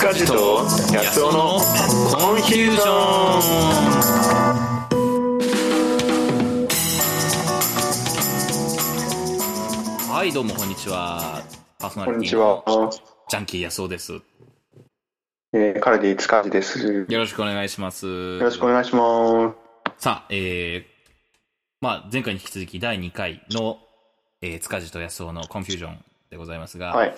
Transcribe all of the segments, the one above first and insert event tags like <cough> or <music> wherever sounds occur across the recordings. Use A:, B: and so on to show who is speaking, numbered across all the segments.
A: カジと安尾のコンフュージョ
B: ンはいどうもこんにちはパーソナ
C: こん
B: リ
C: に
B: テ
C: ち
B: ィの
C: は。
B: ジャンキー安尾ですよ
C: えー、カルディ塚地です。よ
B: ろしくお願いしますよ
C: ろしくお願いしま
B: さあえー、まあ前回に引き続き第2回の、えー、塚地と安尾のコンフュージョンでございますが、
C: す。はい。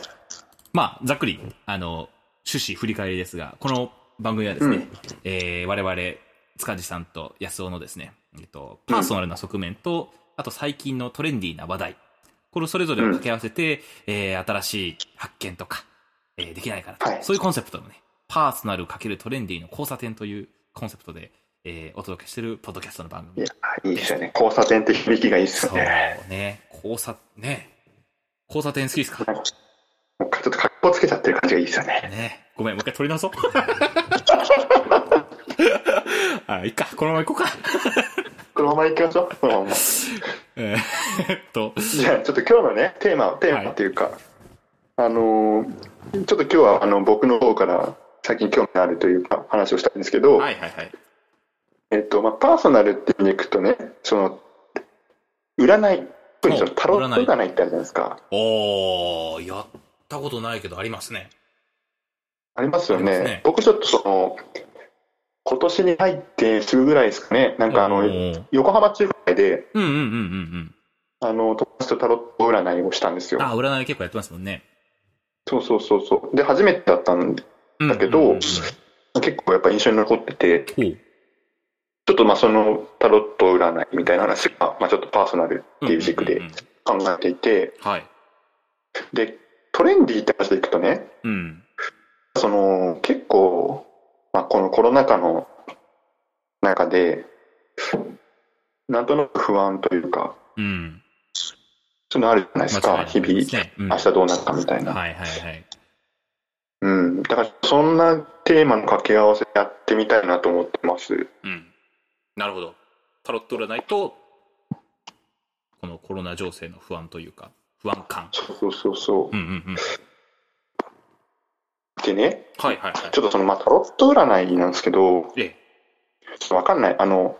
B: まあ、ざっくり、あの、趣旨振り返りですが、この番組はですね、
C: うん
B: えー我々、塚地さんと安尾のですね、えっと、パーソナルな側面と、あと最近のトレンディーな話題、これをそれぞれを掛け合わせて、えー新しい発見とか、えーできないかなと、
C: はい
B: そういうコンセプトのね、パーソナルかけるトレンディーの交差点というコンセプトで、えーお届けしてるポッドキャストの番
C: い
B: 組
C: や。、いいですよね。交差点って響きがいいです
B: そう
C: よね。
B: ね、交差、ね、交差点好きですか
C: なんかちょっと格好つけちゃってる感じがいいですよね。
B: ねごめん、もう一回取り直
C: <laughs>
B: そう。あ、いいか、このまま行こうか。
C: このまま行きましょう。このまま。
B: えーっと、
C: じゃあ、ちょっと今日のね、テーマ、テーマっていうか、あのーちょっと今日は、あの、僕の方から最近興味のあるというか、話をしたいんですけど、
B: はいはいはい。
C: えっと、まあ、パーソナルって意味でいくとね、その、占い、特にその
B: お
C: タロッ
B: 占い
C: ト占いってあるじゃないですか。
B: おー、やったことないけどありますね。
C: ありますよね
B: ありますね
C: 僕ちょっとその今年に入ってすぐぐらいですかねなんかあ
B: お
C: の
B: ー
C: 横浜中華街で
B: うんうんうんうん
C: あの友達とタロット占いをしたんです
B: うん。
C: よ
B: あ、占い結構やってますもんね。
C: そうそうそうそうで初めてだったんで
B: うん
C: だけど、
B: うんうんうん
C: 結構やっぱ印象に残ってて
B: ほう
C: ちょっとまあそのタロット占いみたいな話が、まあ、ちょっとパーソナルっていう軸
B: うん
C: で
B: うんうん
C: 考えていて
B: はい。
C: でトレンディーって話でいくとね
B: うん。
C: その結構、まあ、このコロナ禍の中でなんとなく不安というか
B: うん。
C: そういうのあるじゃないです
B: 間違い
C: か
B: ない
C: 日々
B: ですねうん
C: 明日どうなるかみたいな、
B: はいはいはい。
C: うん、だからそんなテーマの掛け合わせやってみたいなと思ってます
B: うん。なるほど。タロット占いと、このコロナ情勢の不安というか、不安感。
C: そうそうそうそう
B: うんうんうん。
C: でね
B: はいはいはい
C: ち。ょっとそのまあタロット占いなんですけど
B: ええ。
C: ちょっとわかんないあの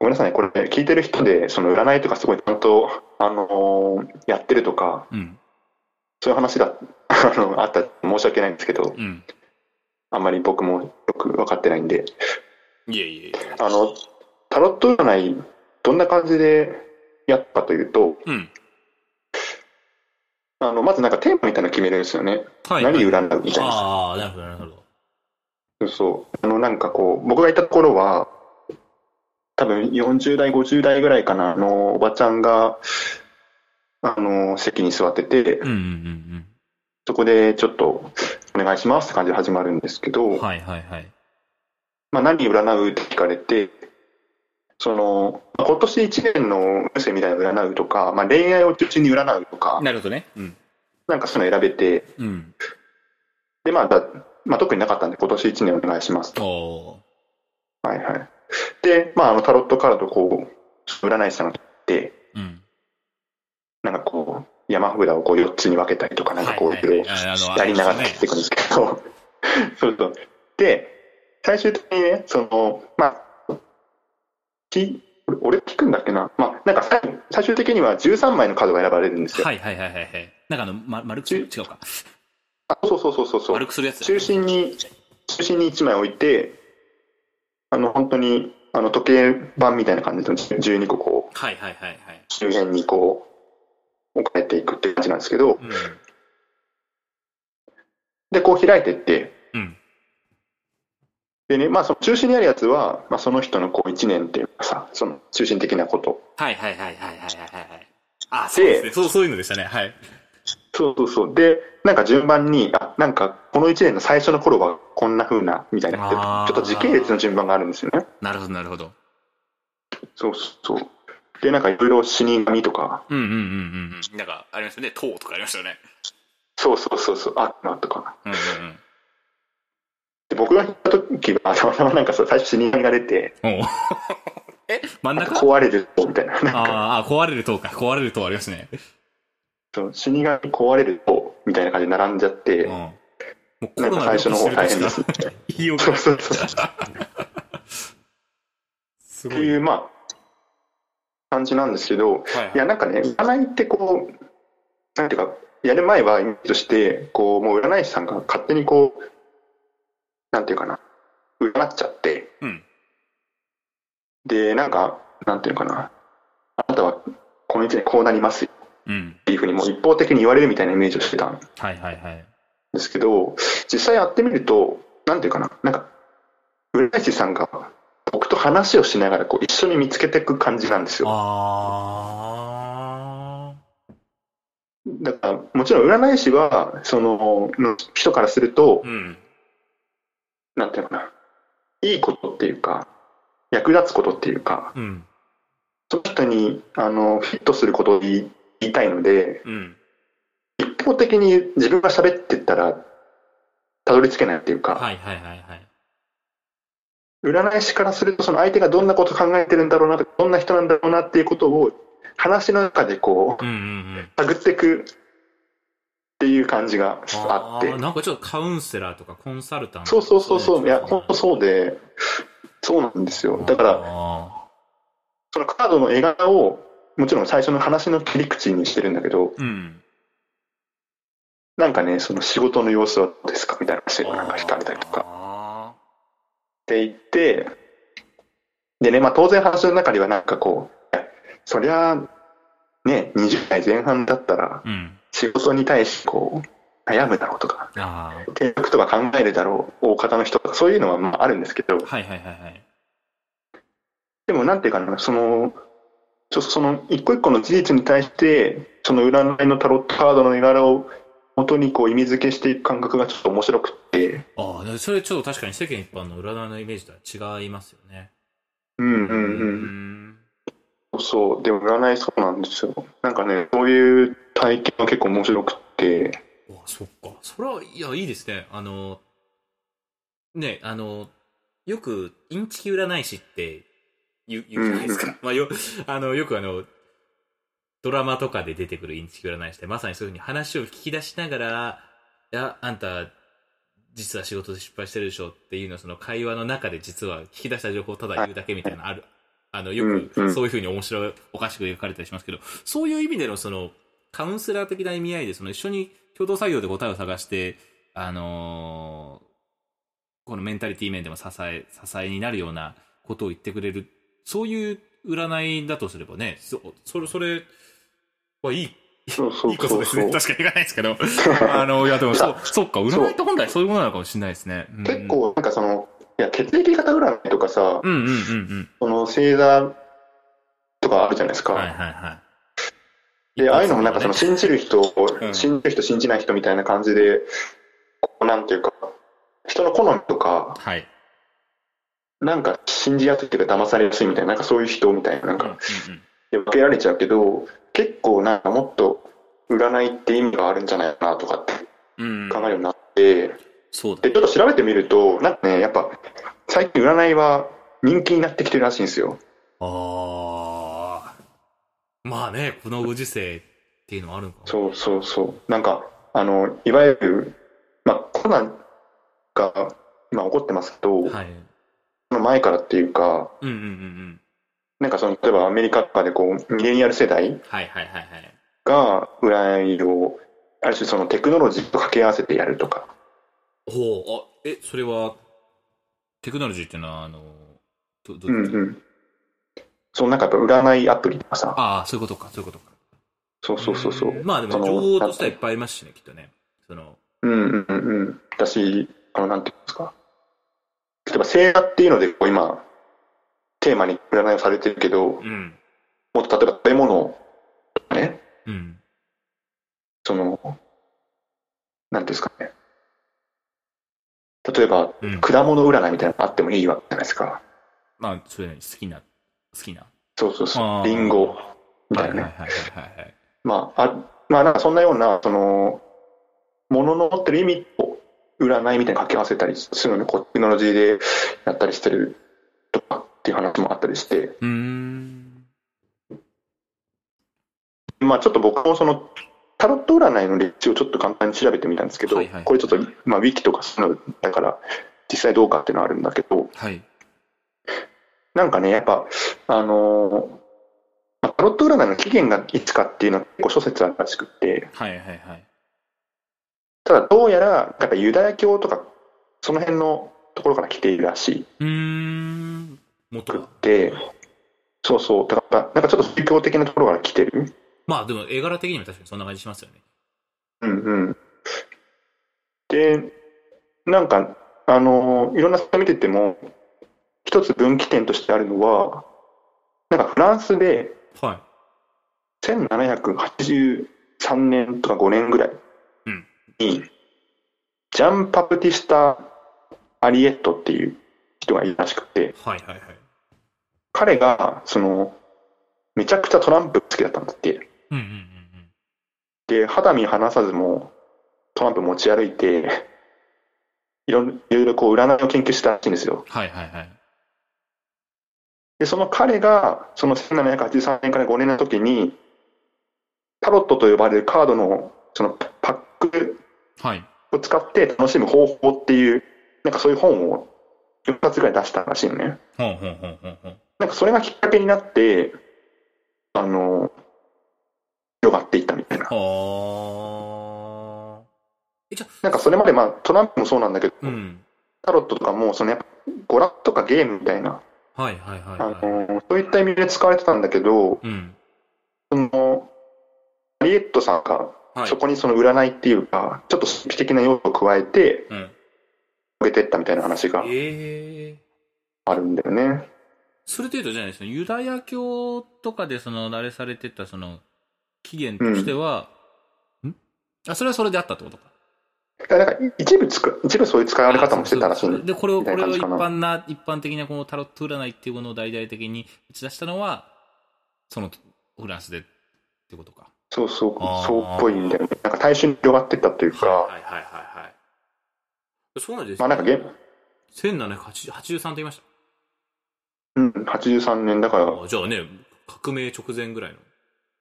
C: ごめんなさいねこれ聞いてる人でその占いとかすごいちゃんと、あのーやってるとか
B: うん。
C: そういう話だ <laughs> あのあったら申し訳ないんですけど
B: うん。
C: あんまり僕もよく分かってないんで、
B: いえいえいえ。
C: あの、タロット占い、どんな感じでやったかというと、
B: うん。
C: あの、まずなんかテーマみたいなの決めるんですよね。
B: は
C: 何占うみたいな。
B: ああ、なるほど、なるほど。
C: そうそう。あの、なんかこう、僕がいたところは、多分40代、50代ぐらいかな、あの、おばちゃんが、あの、席に座ってて
B: う、んうん
C: そこでちょっと、お願いしますって感じで始まるんですけ
B: うん
C: ど
B: うん。、はいはいはい。
C: まあ、何占うって聞かれて、その、まあ今年1年の運勢みたいなの占うとか、まあ、恋愛を中心に占うとか、
B: なるほどね。うん。
C: なんかそういうの選べて、
B: うん。
C: で、まあ、だまあ、特になかったんで、今年1年お願いしますと。
B: おお
C: はいはい。で、まあ、あの、タロットカードこう、占い師さんが取って、
B: ー。うん。
C: なんかこう、山札をこう4つに分けたりとか、なんかこう、いろいろ
B: あの
C: やりながら
B: あれ
C: やっ
B: です
C: ていく
B: ね
C: んですけど、 <laughs> そうそう。で、最終的にね、その、まあ、き俺俺聞くんだっけな、まあ、なんか最最終的には13枚のカードが選ばれるんですよ。
B: はいはいはいはいはい。なんかあの、ま、丸くする違うか。
C: あそうそうそうそうそう
B: 丸。くするやつ。
C: 中心に、中心に1枚置いて、あの、本当に、あの、時計盤みたいな感じで、12個こう、
B: はいはいはいはい。
C: 周辺にこう、置かれていくっていう感じなんですけど、
B: うん。
C: で、こう開いてって、
B: うん。
C: でね、まあ、その中心にあるやつは、まあ、その人のこう一年っていうかさ、その中心的なこと。
B: はいはいはいはいはいはいはい。あ、そうですね。そう、そういうのでしたね。はい。
C: そうそうそう。で、なんか順番に、あ、なんかこの一年の最初の頃はこんな風な、みたいな、ち
B: あー
C: ょっと時系列の順番があるんですよね。
B: なるほどなるほど。
C: そうそうそう。で、なんかいろいろ死神とか、
B: うんうんうんうんうん。なんか、ありますよね。塔とかありましたよね。
C: そうそうそうそう、あ、なんとか。
B: うんう
C: で、僕が引いた時は、 <laughs> たまたまなんかそう最初死神が出て、
B: んうん。お <laughs> え真ん
C: なんか
B: 中
C: 壊れるみたいな、なんか、
B: あーあー、壊れる塔か。壊れる塔ありますね。
C: そう死神壊れると、みたいな感じで並んじゃって、
B: うん。もうコ
C: なん
B: ロ
C: か
B: ナ
C: 最初の方大変です
B: し。か言いよ
C: <laughs>
B: う
C: そう
B: が
C: そうそう。
B: す
C: っ
B: ご
C: てい
B: い。
C: う、まあ、感じなんですけど、
B: はい
C: いや、なんかね、占いってこう、なんていうか、やる前はイメージとして、こう、もう占い師さんが勝手にこう、なんていうかな、占っちゃって、
B: うん
C: で、なんか、なんていうのかな、あなたはこの一年こうなりますよ
B: うん。
C: っていうふうに、もう一方的に言われるみたいなイメージをしてたん
B: はいはいはい。
C: ですけど、実際やってみると、なんていうかな、なんか、占い師さんが僕と話をしながらこう一緒に見つけていく感じなんですよ。
B: あ
C: だから、もちろん占い師は、その、の人からすると
B: ー。う、ん。
C: なんていうのかな、いいことっていうか、役立つことっていうか、
B: うん。
C: その人に、あの、フィットすることを言い言いたいので、
B: うん。
C: 一方的に自分が喋ってったら、たどり着けないっていうか、
B: はいはいはいはい。
C: 占い師からすると、その相手がどんなこと考えてるんだろうなとか、どんな人なんだろうなっていうことを、話の中でこう
B: う、んうんうん。
C: 探っていくっていう感じがあって
B: ー。なんかちょっとカウンセラーとかコンサルタント
C: そうそうそうそう、いや、本当
B: そ
C: そうで、そうなんです
B: う
C: よ。だから、
B: ら、
C: そのカードの絵柄を、もちろん最初の話の切り口にしてるんだけど、
B: うん。
C: なんかね、その仕事の様子はどうですかみたいな話をなんか聞かれたりとか
B: か。
C: って言って、でね、まあ当然話の中ではなんかこう、いやそりゃ、ね、20代前半だったら、
B: うん。
C: 仕事に対してこう、悩むだろうとか、
B: あ
C: 転職とか考えるだろう、大方の人とか、そういうのはまああるんですけど、
B: あ。はいはいはいはい。
C: でもなんていうかな、その、ちょっとその一個一個の事実に対して、その占いのタロットカードの絵柄を元にこう意味付けしていく感覚がちょっと面白くって、
B: ああ、それちょっと確かに世間一般の占いのイメージとは違いますよね。
C: うん
B: う
C: うんうん。
B: ん。
C: そうそう、でも占いそうなんですよ。なんかね、そういう体験は結構面白くって、
B: あ、そっか。それは、いや、いいですね。あの、ね、あの、よく、インチキ占い師って言う、言うじゃないです
C: うん
B: か。 <laughs> まあ、よ、あの、よくあの、ドラマとかで出てくるインチキ占い師って、まさにそういうふうに話を聞き出しながら、いや、あんた、実は仕事で失敗してるでしょっていうのをその会話の中で実は聞き出した情報をただ言うだけみたいなのある。あの、よ
C: うんう
B: く
C: ん
B: そういうふうに面白い、おかしく描かれたりしますけど、そういう意味でのその、カウンセラー的な意味合いで、その一緒に共同作業で答えを探して、あのーこのメンタリティ面でも支え、支えになるようなことを言ってくれる、そういう占いだとすればね、そ、それ、それはいい、
C: そうそ
B: いいことですね。確かに言わないですけど。あ
C: 結
B: の、いや、でも、そ、
C: そう
B: そっか、占いって本来そういうものなのかもしれないですね。うん
C: 構なんかその、いや、血液型占いとかさ、
B: うんうんうん
C: その星座とかあるじゃないです
B: う
C: か。
B: ん。はいはいはい。
C: で、ああいうのもなんかその信じる人を、
B: うん
C: 信じる人信じない人みたいな感じで、こうなんていうか、人の好みとか、
B: はい。
C: なんか信じやすいというか騙されやすいみたいな、なんかそういう人みたいな、なん
B: うんうん
C: か、で分けられちゃうけど、結構なんかもっと占いって意味があるんじゃないかなとかって
B: うん。うん
C: 考えるようになって、
B: そうだ。
C: で、ちょっと調べてみると、なんかね、やっぱ、最近占いは人気になってきてるらしいんですよ。
B: ああ。まあね、このご時世っていうのはあるのかも。
C: そうそうそう。なんか、あの、いわゆる、まあ、コロナが今起こってますけど、
B: はい。
C: その前からっていうか、
B: うんうんうんうん。
C: なんかその、例えばアメリカとかでこう、ミレニアル世代
B: はいはいはいはい。
C: が占いを、ある種そのテクノロジーと掛け合わせてやるとか。
B: ほう、あ、え、それは、テクノロジーっていうのは、あの、ど、ど、
C: うんうん。そのなんかやっぱ占いアプリとかさ。
B: ああ、そういうことか、そういうことか。
C: そうそうそうそう。
B: まあでも、
C: その
B: 情報としてはいっぱいありますしね、きっとね。その、
C: うんうんうんうん。だし、あの、なんていうんですか。例えば星座っていうので、こう今、テーマに占いをされてるけど
B: う、ん。
C: もっと例えば食べ物とかね、
B: うん。
C: その、なんていうんですかね。例えば、
B: うん
C: 果物占いみたいなのあってもいいわけじゃないですか。
B: まあ、そういうのに好きな、好きな。
C: そうそう
B: あ
C: そ
B: ー
C: う。リンゴみた
B: はいい
C: な
B: はい
C: ね。
B: はいはいはい。
C: まあ、あまあ、なんかそんなような、その、ものの持ってる意味を占いみたいに掛け合わせたりするのに、こうテクノロジーでやったりしてるとかっていう話もあったりして、
B: うーん。
C: まあ、ちょっと僕もその、タロット占いの歴史をちょっと簡単に調べてみたんですけど、
B: はいはい
C: これちょっと、まあ、ウィキとかそういうのだから、実際どうかっていうのはあるんだけど、
B: はい。
C: なんかね、やっぱ、あのーまあタロット占いの起源がいつかっていうのは結構諸説あるらしくって、
B: はいはいはい。
C: ただどうやら、なんかユダヤ教とか、その辺のところから来ているらし
B: うーん。元は。
C: いで、そうそう、だからなんかちょっと宗教的なところから来てる。
B: まあでも絵柄的にも確かにそんな感じしますよね。
C: うんうん。で、なんか、あのーいろんなサイト見てても、一つ分岐点としてあるのは、なんかフランスで
B: は
C: 1783年とか5年ぐらい
B: うん
C: に、ジャン・パプティスタ・アリエットっていう人がいるらしくて
B: い。、はいはいはい。
C: 彼が、その、めちゃくちゃトランプ好きだったんだって。
B: うんうんうん
C: で、肌身離さずもトランプ持ち歩いて、いろんいろいろこう占いを研究してたらしいんですよ
B: う。ん。はいはいはい。
C: で、その彼が、その1783年から5年の時に、タロットと呼ばれるカードの、そのパック
B: はい。
C: を使って楽しむ方法っていう、なんかそういう本を4冊ぐらい出したらしいよね。
B: ほんほんほんほんほん。
C: なんかそれがきっかけになって、あの、広がっていったみたいな。
B: はあ。え、じゃ
C: なんかそれまでまあトランプもそうなんだけど、
B: うん。
C: タロットとかもそのやっぱ娯楽とかゲームみたいな、
B: はいはいはい、
C: あ
B: はい。
C: のそういった意味で使われてたんだけど、
B: うん。
C: そのアリエットさんが
B: はい。
C: そこにその占いっていうか、ちょっと神秘的な要素を加えて、
B: うん。
C: 上げていったみたいな話が
B: ええ
C: あるんだよね。
B: それというとじゃないですね、ユダヤ教とかでその、慣れされてたその、起源としては、んあ、それはそれであったってことか。
C: だからなんか一部つく、一部そういう使われ方もしてたらしい
B: あ
C: ん
B: そうそうで、これを、
C: み
B: こ
C: たいな感
B: れを
C: じ
B: 一
C: かな
B: 般な、一般的なこのタロット占いっていうものを大々的に打ち出したのは、その、フランスでってことか。
C: そうそう
B: あー、
C: そうっぽいんだよね。なんか大衆に広がってったというか、
B: いはいはいはい。そうなんです
C: まあなんかゲーム、
B: 1783と言いまし
C: うん、83年だか
B: た。
C: ら、
B: あじゃあね、革命直前ぐらいの、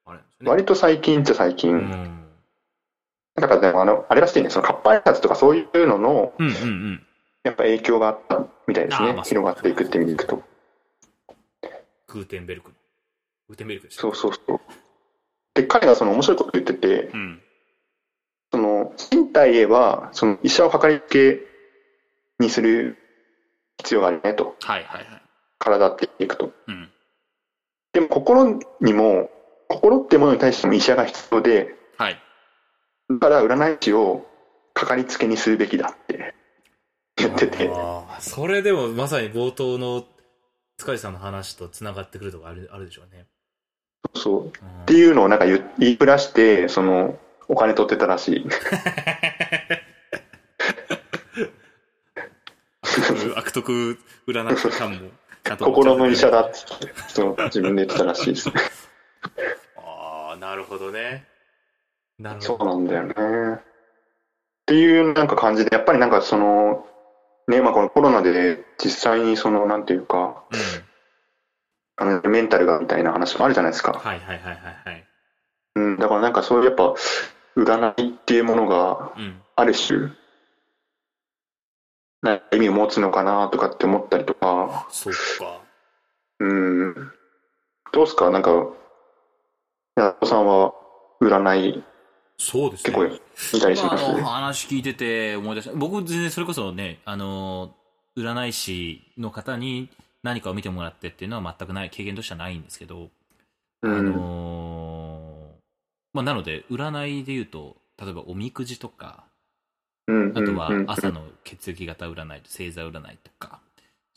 B: あれなんですね。
C: 割と最近っちゃ最近。
B: うん。
C: だからでもあの、あれらしいね、その活版印刷とかそういうのの、
B: うんうんうん。
C: やっぱ影響があったみたいです
B: あー
C: ね
B: まあ。
C: 広がっていくって意味でいくと。
B: グーテンベルクの。グーテンベルクでした。
C: そうそうそう。で、彼がその面白いこと言ってて
B: う、ん。
C: その、身体へは、その医者をかかりつけにする必要があるねと。
B: はいはいはい。
C: 体っていくと。
B: うん。
C: でも心にも、心ってものに対しても医者が必要で、
B: はい。
C: だから占い師をかかりつけにするべきだって言ってて。
B: あーそれでもまさに冒頭の塚地さんの話と繋がってくるとこあるあるでしょうね。
C: そう。っ
B: うん
C: ていうのをなんか言う言いふらして、その、お金取ってたらしい。
B: 悪徳占い師さんも、ちゃんと
C: 心の医者だっ。つって、そう自分で言ってたらしいですね。
B: ああ、なるほどね。なる
C: そ
B: ほ
C: う
B: ど。
C: なんだよね。っていうなんか感じで、やっぱりなんかその、ね、まあこのコロナで実際にその、なんていうか、
B: うん。
C: あのメンタルがみたいな話もあるじゃないですか。
B: はいはいはいはいはい。
C: うん、だからなんかそういうやっぱ、占いっていうものが
B: うん。
C: ある種、なんか意味を持つのかなとかって思ったりとか、
B: そっか。
C: うん。どうですかなんか、矢田さんは占い
B: そうですね。
C: 結構見たりし
B: ま
C: ま
B: ああ
C: す
B: の話聞いてて思い出した僕全然それこそねあの占い師の方に何かを見てもらってっていうのは全くない経験としてはないんですけど、
C: うん
B: あのまあ、なので占いで言うと例えばおみくじとか
C: うん
B: あとは
C: うん
B: 朝の血液型占いと星座占いとか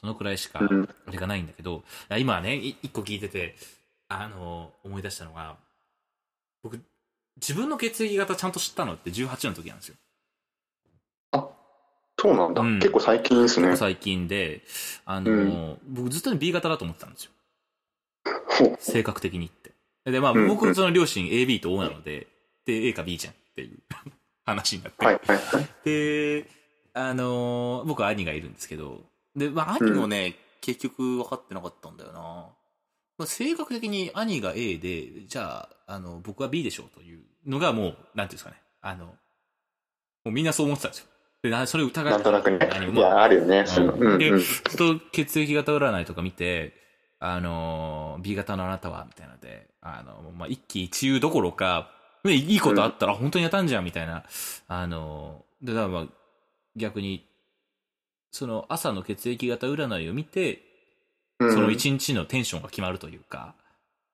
B: そのくらいしか
C: うん
B: あれがないんだけどいや今ねい一個聞いててあの思い出したのが僕自分の血液型ちゃんと知ったのって18の時なんですよ
C: そうなんだ、
B: うん
C: 結構最近ですね。
B: 最近で、あのー僕ずっと B 型だと思ってたんですよ。
C: ほう
B: 性格的にって。で、まあ、
C: うん
B: 僕、その両親 AB と O なので、で、A か B じゃんっていう <laughs> 話になって。
C: はいはいはい。
B: で、あのー僕は兄がいるんですけど、で、まあ、兄もね、結局分かってなかったんだよな。まあ性格的に兄が A で、じゃあ、あの、僕は B でしょうというのがもう、なんていうんですかね。あの、もうみんなそう思ってたんですよ。で、なそれを疑
C: なんとなくね
B: 何。
C: い
B: も
C: や、あるよね。そういうの。
B: うん
C: うん
B: で、
C: うん。
B: ずっと血液型占いとか見て、あのー、B 型のあなたは、みたいなので、あの、まあ、一喜一憂どころか、ね、いいことあったら本当にやったんじゃん、みたいな。あのー、で、だからまあ、逆に、その朝の血液型占いを見て、
C: うん
B: その一日のテンションが決まるというか、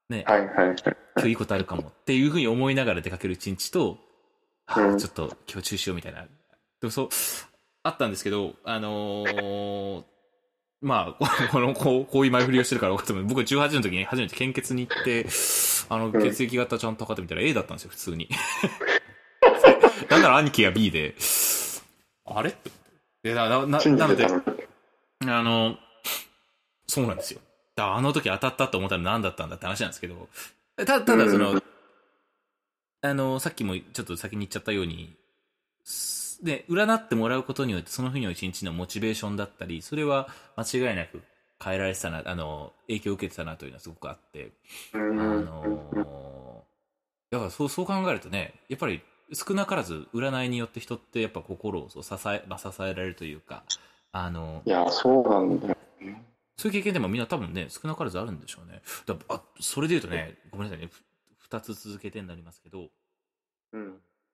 B: ね、
C: はいはいはい。
B: 今日いいことあるかもっていうふうに思いながら出かける一
C: <laughs>
B: 日と、あ
C: うん
B: ちょっと今日中止しようみたいな。でもそう、あったんですけど、あのーまあ、こ <laughs> この、こう、こういう前振りをしてるから分かった僕18の時に初めて献血に行って、あの、
C: ん
B: 血液型ちゃんと測ってみたら A だったんですよ、普通に。 <laughs> なんなら兄貴が B で、あれって。でな、な、な
C: 信
B: な
C: じ
B: の
C: て
B: で
C: た、の。
B: あの、そうなんですよ。だからあの時当たったと思ったら何だったんだって話なんですけど、たただその、
C: うん
B: あの、さっきもちょっと先に言っちゃったように、すで、占ってもらうことによって、その日の一日のモチベーションだったり、それは間違いなく変えられてたな、あの、影響を受けてたなというのはすごくあって、
C: う
B: あ
C: んうん
B: のーだからそう、そう考えるとね、やっぱり少なからず占いによって人ってやっぱ心をそう支え、まあ、支えられるというか、あの、
C: いや、そうなんだよ。
B: そういう経験でもみんな多分ね、少なからずあるんでしょうね。だあそれで言うとね、ごめんなさいね、ふ二つ続けてになりますけど、
C: うん。